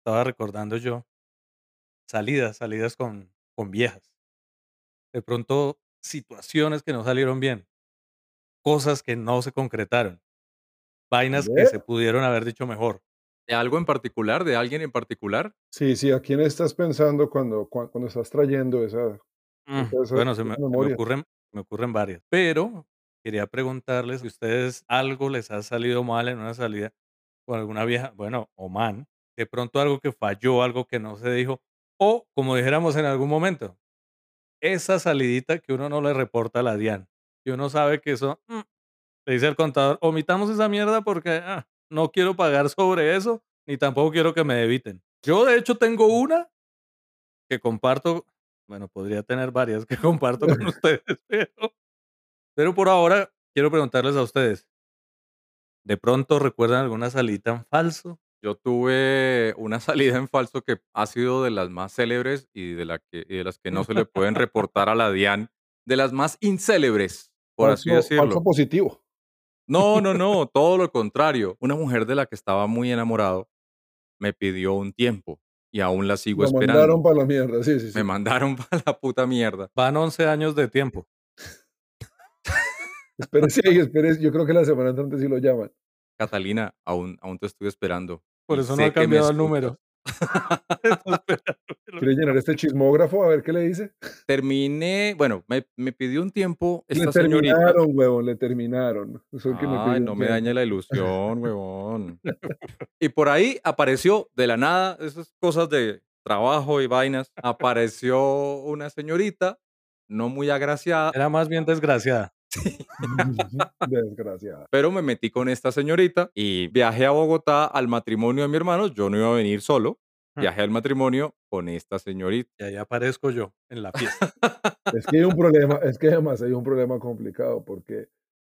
estaba recordando yo, salidas, salidas con, con viejas. De pronto, situaciones que no salieron bien, cosas que no se concretaron, vainas que Ve. se pudieron haber dicho mejor. ¿De algo en particular? ¿De alguien en particular? Sí, sí, ¿a quién estás pensando cuando, cua- cuando estás trayendo esa, Mm, esa, esa- Bueno, se esa me, se me memoria? ocurren, me ocurren varias, pero quería preguntarles si ustedes algo les ha salido mal en una salida con alguna vieja, bueno, o man, de pronto algo que falló, algo que no se dijo, o como dijéramos en algún momento, esa salidita que uno no le reporta a la DIAN, que uno sabe que eso, mm, le dice al contador, omitamos esa mierda porque ah, no quiero pagar sobre eso, ni tampoco quiero que me debiten. Yo de hecho tengo una que comparto, bueno, podría tener varias que comparto con ustedes, pero, pero por ahora quiero preguntarles a ustedes, ¿de pronto recuerdan alguna salita en falso? Yo tuve una salida en falso que ha sido de las más célebres y de, la que, y de las que no se le pueden reportar a la DIAN, de las más incélebres, por así Falso, falso decirlo. positivo. No, no, no, todo lo contrario. Una mujer de la que estaba muy enamorado me pidió un tiempo y aún la sigo Lo mandaron esperando. para la mierda, sí, sí, Me sí. mandaron para la puta mierda. Van 11 años de tiempo. Espérese ahí, espérese. Yo creo que la semana antes sí lo llaman. Catalina, aún, aún te estoy esperando Por y eso no ha sé que me cambiado el escuchas. número. Está esperando. ¿Quiere llenar este chismógrafo a ver qué le dice? Terminé, bueno, me, me pidió un tiempo Le esta señorita. terminaron, huevón, le terminaron. Eso es que me Ay, pidió no un me tiempo. daña la ilusión, huevón. Y por ahí apareció de la nada, esas cosas de trabajo y vainas, apareció una señorita, no muy agraciada, Era más bien desgraciada. Desgraciada. pero me metí con esta señorita y viajé a Bogotá al matrimonio de mi hermano. Yo no iba a venir solo, Hmm, viajé al matrimonio con esta señorita. Y ahí aparezco yo en la fiesta. Es que hay un problema, es que además hay un problema complicado porque,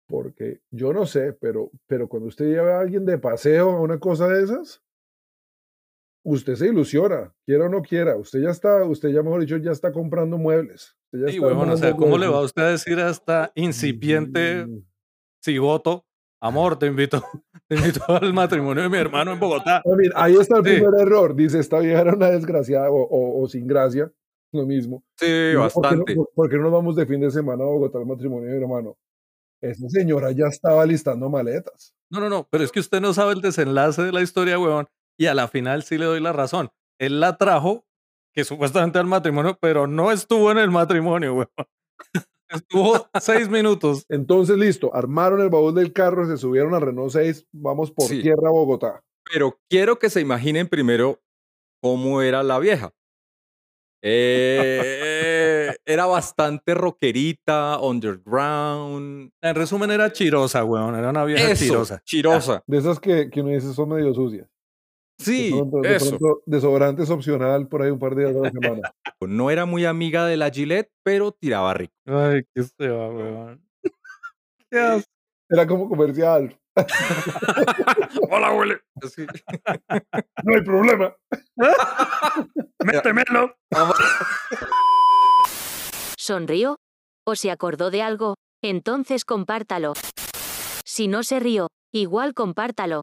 porque yo no sé, pero, pero cuando usted lleva a alguien de paseo a una cosa de esas, usted se ilusiona, quiera o no quiera, usted ya está, usted ya mejor dicho, ya está comprando muebles, usted ya Sí, está huevón, o armando sea, ¿cómo le va muebles. a usted a decir a esta incipiente Mm. cigoto? Amor, te invito, te invito al matrimonio de mi hermano en Bogotá. Ah, mira, ahí está el Sí, primer error, dice, esta vieja era una desgraciada o, o- o sin gracia, lo mismo. Sí, Y no, ¿por qué no, bastante. por qué no nos vamos de fin de semana a Bogotá al matrimonio de mi hermano? Esa señora ya estaba listando maletas. no, no, no, pero es que usted no sabe el desenlace de la historia, huevón, y a la final sí le doy la razón. Él la trajo, que supuestamente al matrimonio, pero no estuvo en el matrimonio, huevón. Estuvo seis minutos. Entonces, listo, armaron el baúl del carro, se subieron a Renault 6, vamos por Sí, tierra a Bogotá. pero quiero que se imaginen primero cómo era la vieja. Eh, era bastante rockerita, underground. En resumen, era chirosa, huevón, era una vieja Eso, Ah, chirosa. Ya. chirosa. De esas que, que uno dice son medio sucias. De Sí, pronto, de eso. pronto, desodorantes opcional por ahí un par de días a la semana. No era muy amiga de la Gillette, pero tiraba rico. Ay, qué se va, huevón. Qué asco. Era como comercial. Hola, huele. Así. No hay problema. Era- Métemelo. ¿Sonrió? ¿O se acordó de algo? Entonces compártalo. Si no se rió, igual compártalo.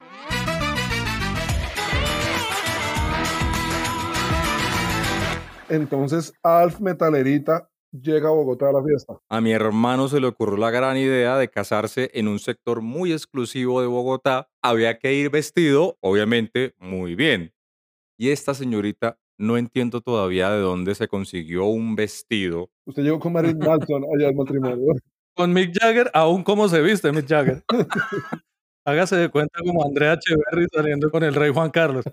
Entonces, Alf Metalerita llega a Bogotá a la fiesta. A mi hermano se le ocurrió la gran idea de casarse en un sector muy exclusivo de Bogotá. Había que ir vestido, obviamente, muy bien. Y esta señorita, no entiendo todavía de dónde se consiguió un vestido. Usted llegó con Marilyn Manson allá al matrimonio. Con Mick Jagger, aún cómo se viste Mick Jagger. Hágase de cuenta como Andrea Echeverry saliendo con el rey Juan Carlos.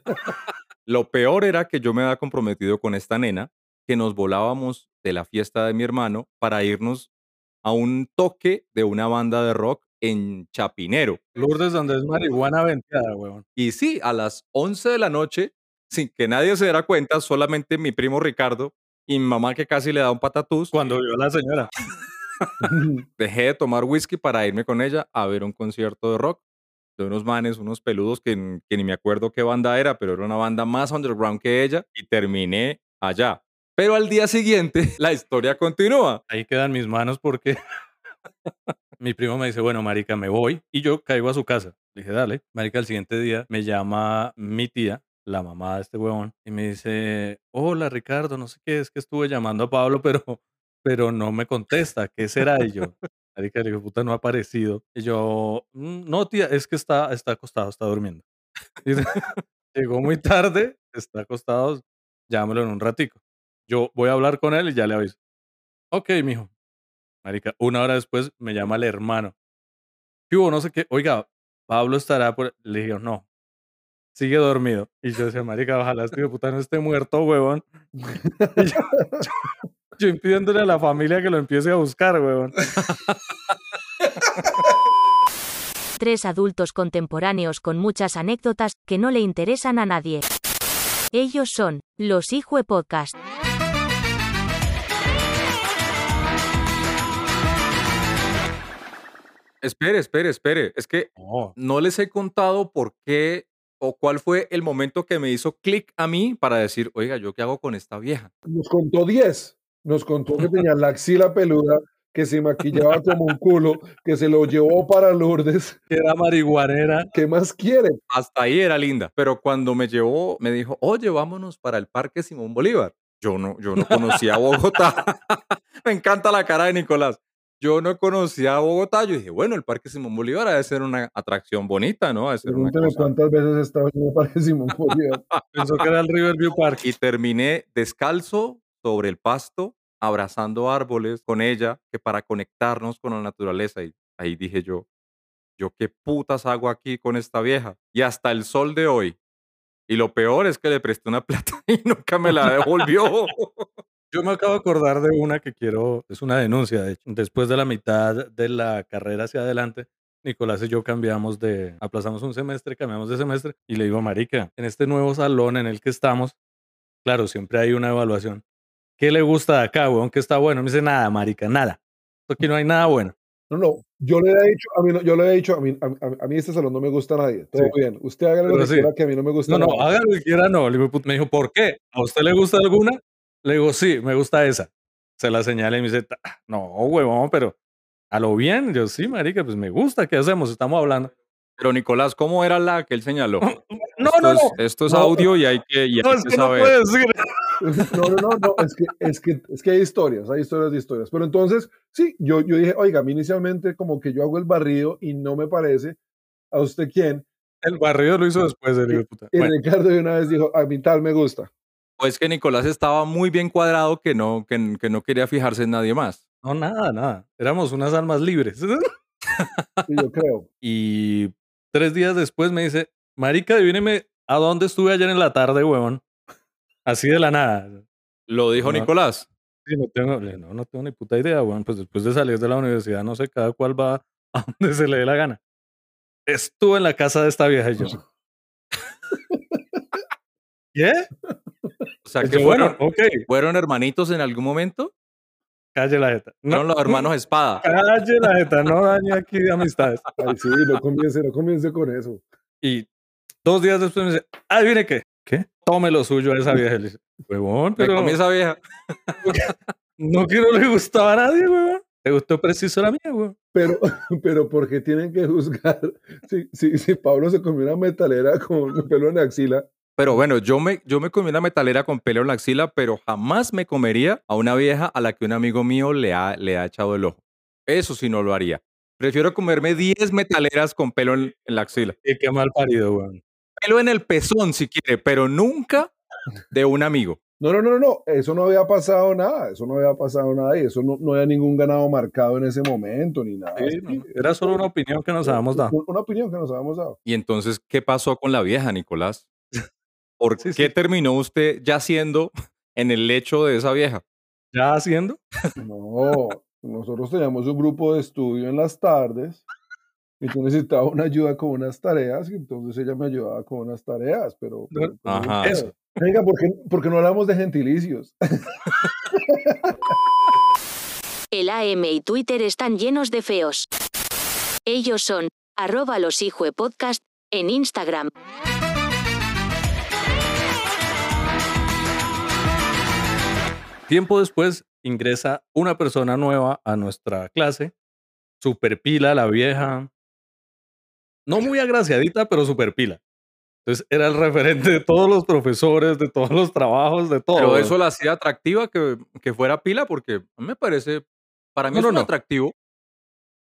Lo peor era que yo me había comprometido con esta nena, que nos volábamos de la fiesta de mi hermano para irnos a un toque de una banda de rock en Chapinero. Lourdes, donde es marihuana venteada, huevón. Y sí, a las 11 de la noche, sin que nadie se diera cuenta, solamente mi primo Ricardo y mi mamá que casi le da un patatús, Cuando vio a la señora. dejé de tomar whisky para irme con ella a ver un concierto de rock de unos manes, unos peludos que, n- que ni me acuerdo qué banda era, pero era una banda más underground que ella y terminé allá. Pero al día siguiente la historia continúa. Ahí quedan mis manos porque mi primo me dice, bueno, marica, me voy. Y yo caigo a su casa. Le dije, dale. Marica, al siguiente día me llama mi tía la mamá de este huevón, y me dice, hola Ricardo, no sé qué, es que estuve llamando a Pablo, pero, pero no me contesta, ¿qué será? Y yo, marica, le digo, puta, no ha aparecido. Y yo, "Mm, no tía, es que está, está acostado, está durmiendo. Y dice, Llegó muy tarde, está acostado, llámelo en un ratico. Yo voy a hablar con él y ya le aviso. Ok, mijo. Marica, una hora después me llama el hermano. ¿Qué hubo? No sé qué. Oiga, Pablo estará por... Le digo, no. Sigue dormido. Y yo decía, marica, ojalá este hijo de puta no esté muerto, huevón. Y yo, yo- yo impidiéndole a la familia que lo empiece a buscar, huevón. Tres adultos contemporáneos con muchas anécdotas que no le interesan a nadie. Ellos son los Hijue Podcast. Espere, espere, espere. Es que No, no les he contado por qué o cuál fue el momento que me hizo clic a mí para decir, oiga, ¿yo qué hago con esta vieja? Nos contó 10. Nos contó que tenía la axila peluda, que se maquillaba como un culo, que se lo llevó para Lourdes. que era marihuanera. ¿Qué más quiere? Hasta ahí era linda, pero cuando me llevó, me dijo, oye, vámonos para el Parque Simón Bolívar. Yo no, yo no conocía Bogotá. me encanta la cara de Nicolás. Yo no conocía Bogotá. Yo dije, bueno, el Parque Simón Bolívar debe ser una atracción bonita, ¿no? Debe ser una Pregúntame cosa". cuántas veces estaba en el Parque Simón Bolívar. Pensó que era el Riverview Park. y terminé descalzo sobre el pasto, abrazando árboles con ella, que para conectarnos con la naturaleza. Y ahí dije yo, yo qué putas hago aquí con esta vieja. Y hasta el sol de hoy. Y lo peor es que le presté una plata y nunca me la devolvió. Yo me acabo de acordar de una que quiero, es una denuncia, de hecho. Después de la mitad de la carrera hacia adelante, Nicolás y yo cambiamos de, aplazamos un semestre, cambiamos de semestre y le digo, Marica, en este nuevo salón en el que estamos, claro, siempre hay una evaluación. ¿Qué le gusta de acá, weón? ¿Qué está bueno? Me dice, nada, Marica, nada. Esto aquí no hay nada bueno. No, no, yo le he dicho, a mí, no- yo le he dicho, a mí, a, mí- a mí este salón no me gusta a nadie. Todo Sí. bien. Usted haga lo Pero que sí. quiera que a mí no me gusta No, no, nadie. haga lo que quiera, no. Le digo, "Put-". Me dijo, ¿por qué? ¿A usted le gusta alguna? Le digo, sí, me gusta esa. Se la señala y me dice, "Ta- no, huevón, pero a lo bien. Yo, sí, marica, pues me gusta. ¿Qué hacemos? Estamos hablando. Pero Nicolás, ¿cómo era la que él señaló? No, esto no, es, no. Esto es No. audio y hay que, y hay No, es que que no saber. puede decir. No, no, no, no, es que, es que, es que hay historias, hay historias de historias. Pero entonces, sí, yo, yo dije, oiga, a mí inicialmente como que yo hago el barrido y no me parece. ¿A usted quién? El barrido lo hizo después del hijo de puta. Y Bueno, Ricardo de una vez dijo, a mí tal me gusta. Pues que Nicolás estaba muy bien cuadrado que no, que, que no quería fijarse en nadie más. no, nada, nada. Éramos unas almas libres. Y yo creo. Y tres días después me dice, marica, adivíneme a dónde estuve ayer en la tarde, huevón. Así de la nada. Lo dijo No. Nicolás. Sí, no tengo, le- no, no tengo ni puta idea, weón. Pues después de salir de la universidad, no sé, cada cual va a donde se le dé la gana. Estuve en la casa de esta vieja y yo. ¿Qué? O sea, Yo, que bueno, fueron, ok, ¿Fueron hermanitos en algún momento? calle la jeta. No, Fueron los hermanos Espada. calle la jeta, no dañe aquí de amistades. Ay, sí, no comience, no comience con eso. Y dos días después me dice, adivine qué. ¿Qué? Tome lo suyo a esa vieja. Y le dice, huevón, Me pero comí esa vieja. no que no le gustaba a nadie, huevón. Te gustó preciso la mía, huevón. Pero, pero porque tienen que juzgar si, si, si Pablo se comió una metalera con pelo en la axila. Pero bueno, yo me, yo me comí una metalera con pelo en la axila, pero jamás me comería a una vieja a la que un amigo mío le ha, le ha echado el ojo. Eso sí no lo haría. Prefiero comerme 10 metaleras con pelo en, en la axila. Y qué mal parido, huevón. Pelo en el pezón si quiere, pero nunca de un amigo. No, no, no, no, no, eso no había pasado nada, eso no había pasado nada y eso no, no había ningún ganado marcado en ese momento ni nada. Sí, así. no, no. Era solo una opinión que nos habíamos dado. Una opinión que nos habíamos dado. Y entonces, ¿qué pasó con la vieja, Nicolás? ¿Por Sí, qué sí. terminó usted yaciendo en el lecho de esa vieja? ¿Ya haciendo? No, nosotros teníamos un grupo de estudio en las tardes y yo necesitaba una ayuda con unas tareas y entonces ella me ayudaba con unas tareas, pero... pero- pero Ajá. nunca. Eso. Venga, ¿por qué, por qué no hablamos de gentilicios? El AM y Twitter están llenos de feos. Ellos son arroba los Hijue Podcast en Instagram. Tiempo después ingresa una persona nueva a nuestra clase, superpila la vieja, no muy agraciadita, pero superpila. Entonces era el referente de todos los profesores, de todos los trabajos, de todo. Pero eso la hacía atractiva que, que fuera pila, porque a mí me parece, para mí No, es no, un no. atractivo.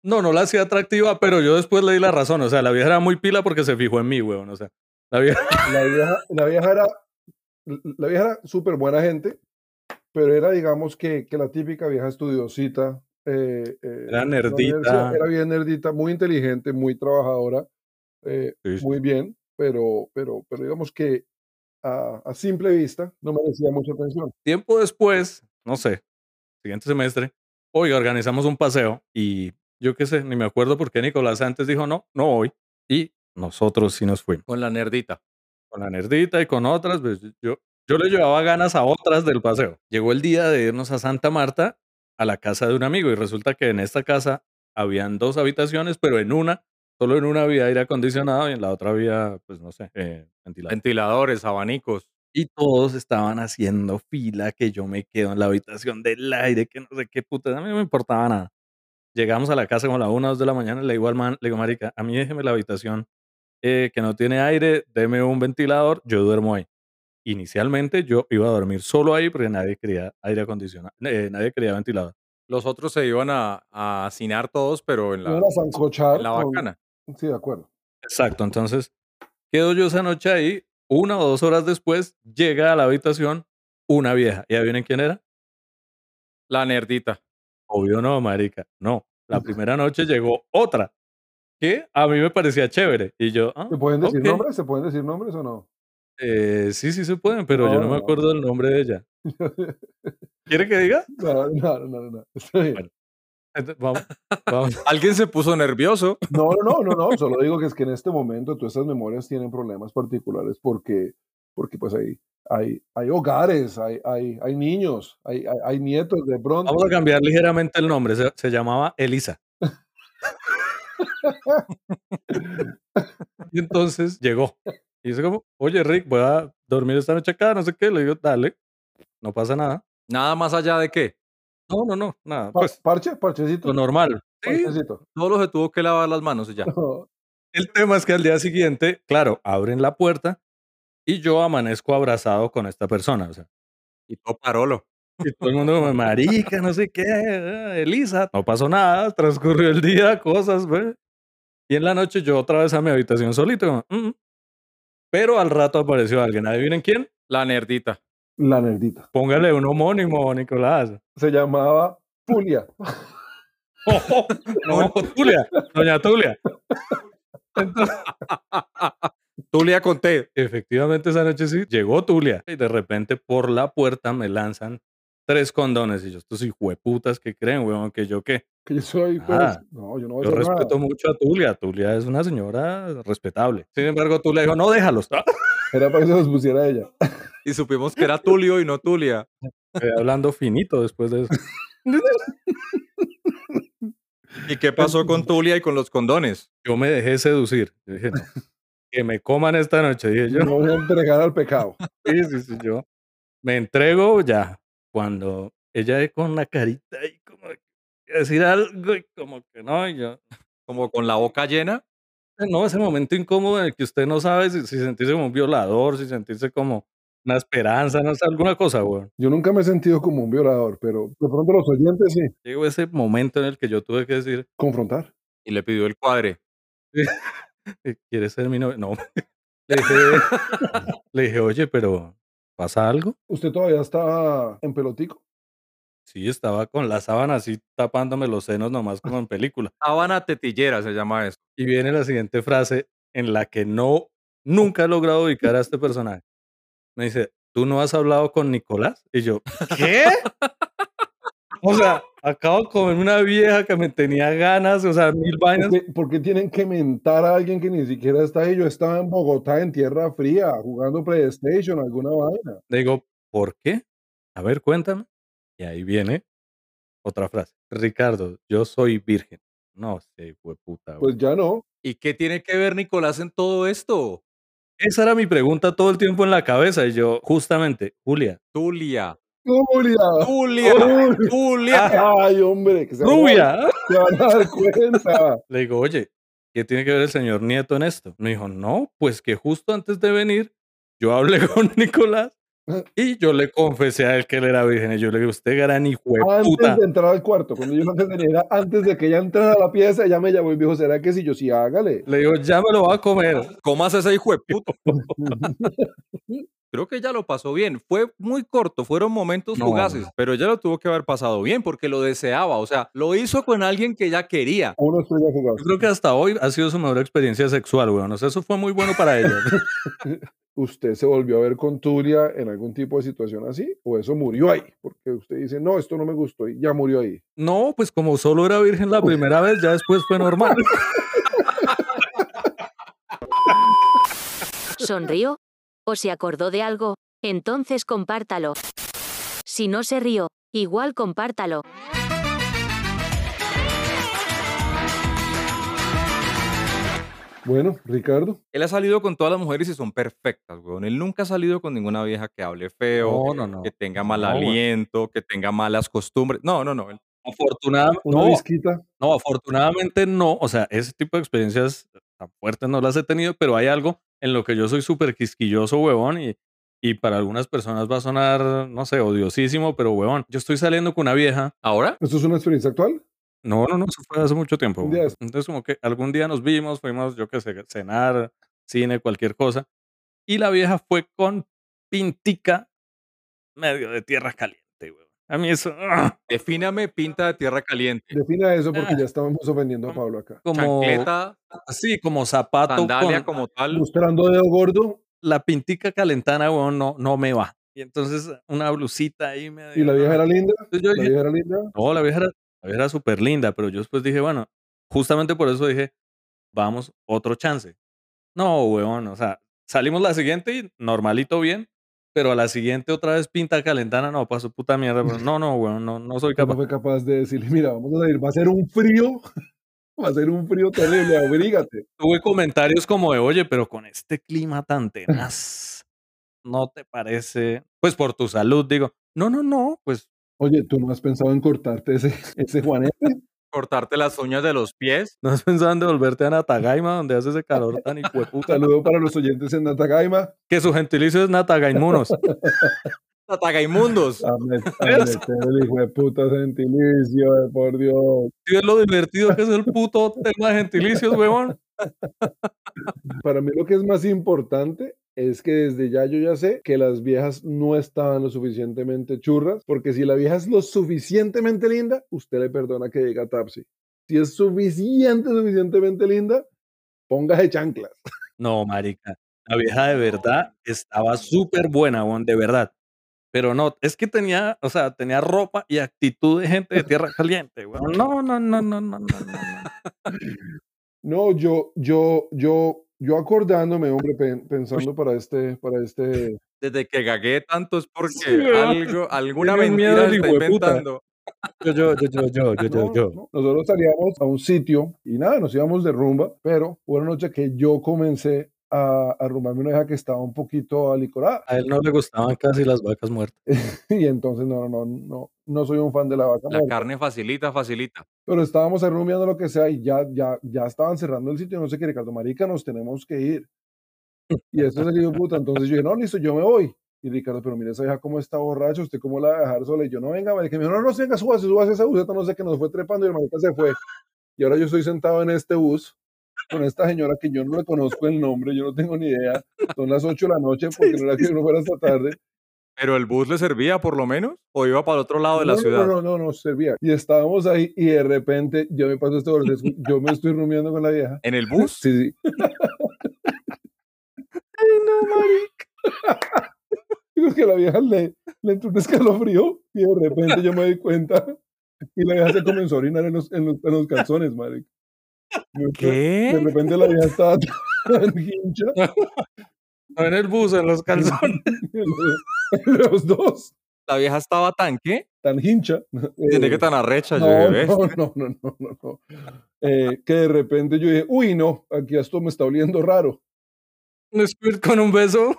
No, no la hacía atractiva, pero yo después le di la razón. O sea, la vieja era muy pila porque se fijó en mí, weón. O sea, la vieja. La vieja, la vieja era, la vieja era súper buena gente, pero era, digamos, que, que la típica vieja estudiosita. eh, eh, en la nerdita. universidad, Era bien nerdita, muy inteligente, muy trabajadora, eh, Sí, sí. muy bien, pero, pero, pero digamos que a, a simple vista no merecía mucha atención. Tiempo después, no sé, siguiente semestre, oiga, organizamos un paseo y yo qué sé, ni me acuerdo por qué Nicolás antes dijo no, no voy. Y nosotros sí nos fuimos. Con la nerdita. Con la nerdita y con otras, pues, yo, yo le llevaba ganas a otras del paseo. Llegó el día de irnos a Santa Marta, a la casa de un amigo, y resulta que en esta casa habían dos habitaciones, pero en una, solo en una había aire acondicionado y en la otra había, pues no sé, eh, ventilador. Ventiladores, abanicos. Y todos estaban haciendo fila, que yo me quedo en la habitación del aire, que no sé qué puta, a mí no me importaba nada. Llegamos a la casa como a la 1 o 2 de la mañana, le digo al man, le digo, marica, a mí déjeme la habitación eh, que no tiene aire, deme un ventilador, yo duermo ahí. Inicialmente yo iba a dormir solo ahí porque nadie quería aire acondicionado, eh, nadie quería ventilador. Los otros se iban a, a hacinar todos, pero en No la, era zancochar en la con- bacana. Sí, de acuerdo. Exacto, entonces quedo yo esa noche ahí, una o dos horas después llega a la habitación una vieja, ¿y adivinen quién era? La nerdita. Obvio no, marica. No. La primera noche llegó otra que a mí me parecía chévere. Y yo, ah, ¿Se pueden decir ok. nombres? ¿Se pueden decir nombres o no? eh, sí, sí se pueden, pero yo no me No. acuerdo el nombre de ella. ¿Quiere que diga? No, no, no, no, no. Está bien. Bueno. Ent- Vamos, vamos. Alguien se puso nervioso. No, no, no, no, no, solo digo que es que en este momento todas estas memorias tienen problemas particulares porque, porque pues hay, hay, hay hogares, hay, hay, hay niños, hay, hay, hay nietos de pronto. Vamos a cambiar ligeramente el nombre. Se, se llamaba Elisa. y entonces llegó. Y dice como, oye Rick, voy a dormir esta noche acá, no sé qué. Le digo, dale, no pasa nada. Nada más allá de qué. No, no, no, nada. Pa- Pues parche, parchecito, lo normal. Sí, parchecito. Solo se tuvo que lavar las manos y ya. El tema es que al día siguiente, claro, abren la puerta y yo amanezco abrazado con esta persona. O sea, Y todo parolo. y todo el mundo como, marica, no sé qué, ah, Elisa. No pasó nada, transcurrió el día, cosas, güey. Y en la noche yo otra vez a mi habitación solito. como, "Mm". Pero al rato apareció alguien. ¿Adivinen quién? La nerdita. La nerdita. Póngale un homónimo, Nicolás. Se llamaba Julia. no, Tulia, doña Tulia. Tulia Conté. Efectivamente, esa noche sí llegó Tulia y de repente por la puerta me lanzan tres condones. Y yo, estos hijueputas que creen, weón, que yo qué. Que yo soy, pues, Ah, no, yo no voy a Yo hacer nada. respeto mucho a Tulia. Tulia es una señora respetable. Sin embargo, Tulia dijo, no, déjalos. Ah, Era para que se los pusiera ella. Y supimos que era Tulio y no Tulia. quedé hablando finito después de eso. ¿Y qué pasó con Tulia y con los condones? Yo me dejé seducir. Yo dije, no, que me coman esta noche. Dije Pues yo, Yo no voy a entregar al pecado. sí, sí, sí, yo me entrego ya. Cuando ella con la carita y como que decir algo y como que no, y yo, Como con la boca llena. Ah, No, ese momento incómodo en el que usted no sabe si, si sentirse como un violador, si sentirse como una esperanza, no sé, alguna cosa, weón. Yo nunca me he sentido como un violador, pero de pronto los oyentes sí. Llegó ese momento en el que yo tuve que decir, Confrontar. Y le pidió el cuadre. "Eh, ¿quieres ser mi novia? No. Le dije, le dije, oye, pero ¿pasa algo? ¿Usted todavía está en pelotico? Sí, estaba con la sábana así tapándome los senos nomás como en película. Habana tetillera se llama eso. Y viene la siguiente frase en la que no, nunca he logrado ubicar a este personaje. Me dice, ¿tú no has hablado con Nicolás? Y yo, ¿qué? O sea, acabo de comer una vieja que me tenía ganas, o sea, mil vainas. Porque, porque tienen que mentar a alguien que ni siquiera está ahí. Yo estaba en Bogotá, en Tierra Fría, jugando PlayStation, alguna vaina. Le digo, ¿por qué? A ver, cuéntame. Y ahí viene otra frase. Ricardo, yo soy virgen. No sé, hueputa. güey. Pues ya no. ¿Y qué tiene que ver Nicolás en todo esto? Esa era mi pregunta todo el tiempo en la cabeza. Y yo, justamente, Julia, Tulia. Ah, ¡Julia! Tulia. Uy. Tulia. ¡Ay, hombre! Que se van a- rubia. se van a dar cuenta. Le digo, oye, ¿qué tiene que ver el señor Nieto en esto? Me dijo, no, pues que justo antes de venir, yo hablé con Nicolás Ah. y yo le confesé a él que él era virgen. Y yo le dije, usted era ni Antes puta. de entrar al cuarto, cuando yo antes de, era antes de que ella entrara a la pieza, ella me llamó y me dijo, ¿será que sí? Yo sí, hágale. Le digo, ya me lo va a comer. Comas ese hijo de puto. Creo que ya lo pasó bien. Fue muy corto, fueron momentos No, fugaces, pero ya lo tuvo que haber pasado bien porque lo deseaba. O sea, lo hizo con alguien que ya quería. Uno estrella jugado. Yo creo que hasta hoy ha sido su mejor experiencia sexual, weón. O sea, eso fue muy bueno para ella. ¿Usted se volvió a ver con Tulia en algún tipo de situación así? ¿O eso murió ahí? Porque usted dice, no, esto no me gustó y ya murió ahí. No, pues como solo era virgen la primera vez, ya después fue normal. ¿Sonrió? ¿O se acordó de algo? Entonces compártalo. Si no se rió, igual compártalo. Bueno, Ricardo, Él ha salido con todas las mujeres y son perfectas, weón. Él nunca ha salido con ninguna vieja que hable feo, No, no, no. que tenga mal No, weón. aliento, que tenga malas costumbres. No, no, no. Él- Afortunadamente, una no, visquita. no, afortunadamente no. O sea, ese tipo de experiencias tan fuertes no las he tenido, pero hay algo en lo que yo soy súper quisquilloso, huevón, y, y para algunas personas va a sonar, no sé, odiosísimo, pero huevón, yo estoy saliendo con una vieja. ¿Ahora? ¿Esto es una experiencia actual? No, no, no, eso fue hace mucho tiempo. Un huevón. día- Entonces, como que algún día nos vimos, fuimos, yo qué sé, cenar, cine, cualquier cosa. Y la vieja fue con pintica medio de tierra caliente, huevón. A mí eso... ¡ah! Defíname pinta de tierra caliente. Defina eso porque Ah. ya estábamos ofendiendo a Pablo acá. Como, Chancleta, así como zapato sandalia con- como tal. Mostrando dedo gordo la pintica calentana, weón, no, no me va. Y entonces una blusita ahí me y la vieja era linda. yo La dije, vieja era linda. no, la vieja era, la vieja era súper linda, pero yo después dije, bueno, justamente por eso dije, vamos, otro chance. No, weón, o sea, salimos la siguiente y normalito bien, pero a la siguiente otra vez pinta calentana, no, pasó puta mierda. weón. No, no, weón, no, no soy Yo no capaz. fue capaz de decirle, mira, vamos a salir, va a ser un frío, va a ser un frío terrible, abrígate. Tuve comentarios como de, oye, pero con este clima tan tenaz, ¿no te parece? Pues por tu salud, digo, no, no, no, pues Oye, ¿tú no has pensado en cortarte ese, ese juanete? Cortarte las uñas de los pies. ¿No has pensado en devolverte a Natagaima, donde hace ese calor tan Un hijueputa? saludo para los oyentes en Natagaima. que su gentilicio es Natagaimunos. Tatagaimundos. A meter a meter el hijo de puta gentilicio, eh, por Dios. ¿Sí ves lo divertido que es el puto tema de gentilicios, huevón? Para mí lo que es más importante es que desde ya yo ya sé que las viejas no estaban lo suficientemente churras, porque si la vieja es lo suficientemente linda, usted le perdona que llegue a Tapsi. Si es suficiente, suficientemente linda, póngase chanclas. No, marica. La vieja de verdad estaba súper buena, huevón, de verdad. Pero no, es que tenía, o sea, tenía ropa y actitud de gente de tierra caliente, huevón. No, no, no, no, no, no, no. no. No, yo, yo, yo, yo acordándome, hombre, pen- pensando para este, para este, Desde que gagué tanto es porque Sí, ¿verdad? algo, alguna Tiene miedo mentira el se está hijo de puta. inventando. Yo, yo, yo, yo, yo, yo, No, no, Nosotros salíamos a un sitio y nada, nos íbamos de rumba, pero fue una noche que yo comencé a, a rumbarme una vieja que estaba un poquito alicorada. A él no le gustaban casi las vacas muertas. Y entonces, no, no, no, no, no soy un fan de la vaca La muerta. carne facilita, facilita. Pero estábamos ahí rumbeando lo que sea y ya, ya, ya estaban cerrando el sitio. No sé qué, Ricardo Marica, nos tenemos que ir. Y eso es el hijo de puta. Entonces yo dije, no, listo, yo me voy. Y Ricardo, pero mire esa vieja cómo está borracha, usted cómo la va a dejar sola. Y yo, no, venga, marica. Y me dijo, no, no, venga, súbase, súbase a esa buseta, no sé qué, nos fue trepando y el marica se fue. Y ahora yo estoy sentado en este bus con esta señora que yo no le conozco el nombre, yo no tengo ni idea. Son las 8 de la noche porque no era que uno fuera hasta tarde. ¿Pero el bus le servía por lo menos? ¿O iba para el otro lado de la no, no, No, ciudad? no, no, no, servía. Y estábamos ahí y de repente yo me paso este borde, yo me estoy rumiando con la vieja. ¿En el bus? Sí, sí. Digo que la vieja le, le entró un escalofrío y de repente yo me di cuenta y la vieja se comenzó a orinar en los, en los, en los calzones, marica. De ¿Qué? repente la vieja estaba tan hincha No en el bus, en los calzones. en los- en los dos, ¿La vieja estaba tan qué? tan hincha. Tiene eh, que tan arrecha, yo No, ¿ves? no, no, no, no, no, no. Eh, que de repente yo dije, uy, no, aquí esto me está oliendo raro. Un squirt con un beso.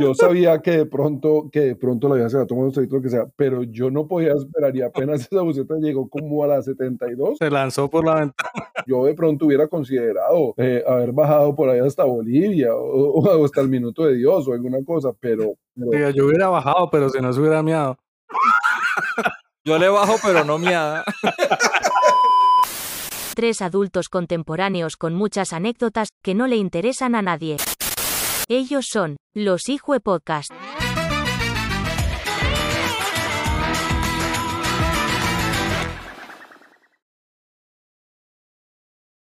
yo sabía que de pronto, que de pronto la vida se la toma un lo que sea, pero yo no podía esperar y apenas esa buceta llegó como a las 72, Se lanzó por la ventana. yo de pronto hubiera considerado eh, haber bajado por ahí hasta Bolivia o, o hasta el Minuto de Dios o alguna cosa, pero, pero Diga, Yo hubiera bajado, pero si no se hubiera miado. Yo le bajo, pero no miada. Tres adultos contemporáneos con muchas anécdotas que no le interesan a nadie. Ellos son los Hijue Podcast.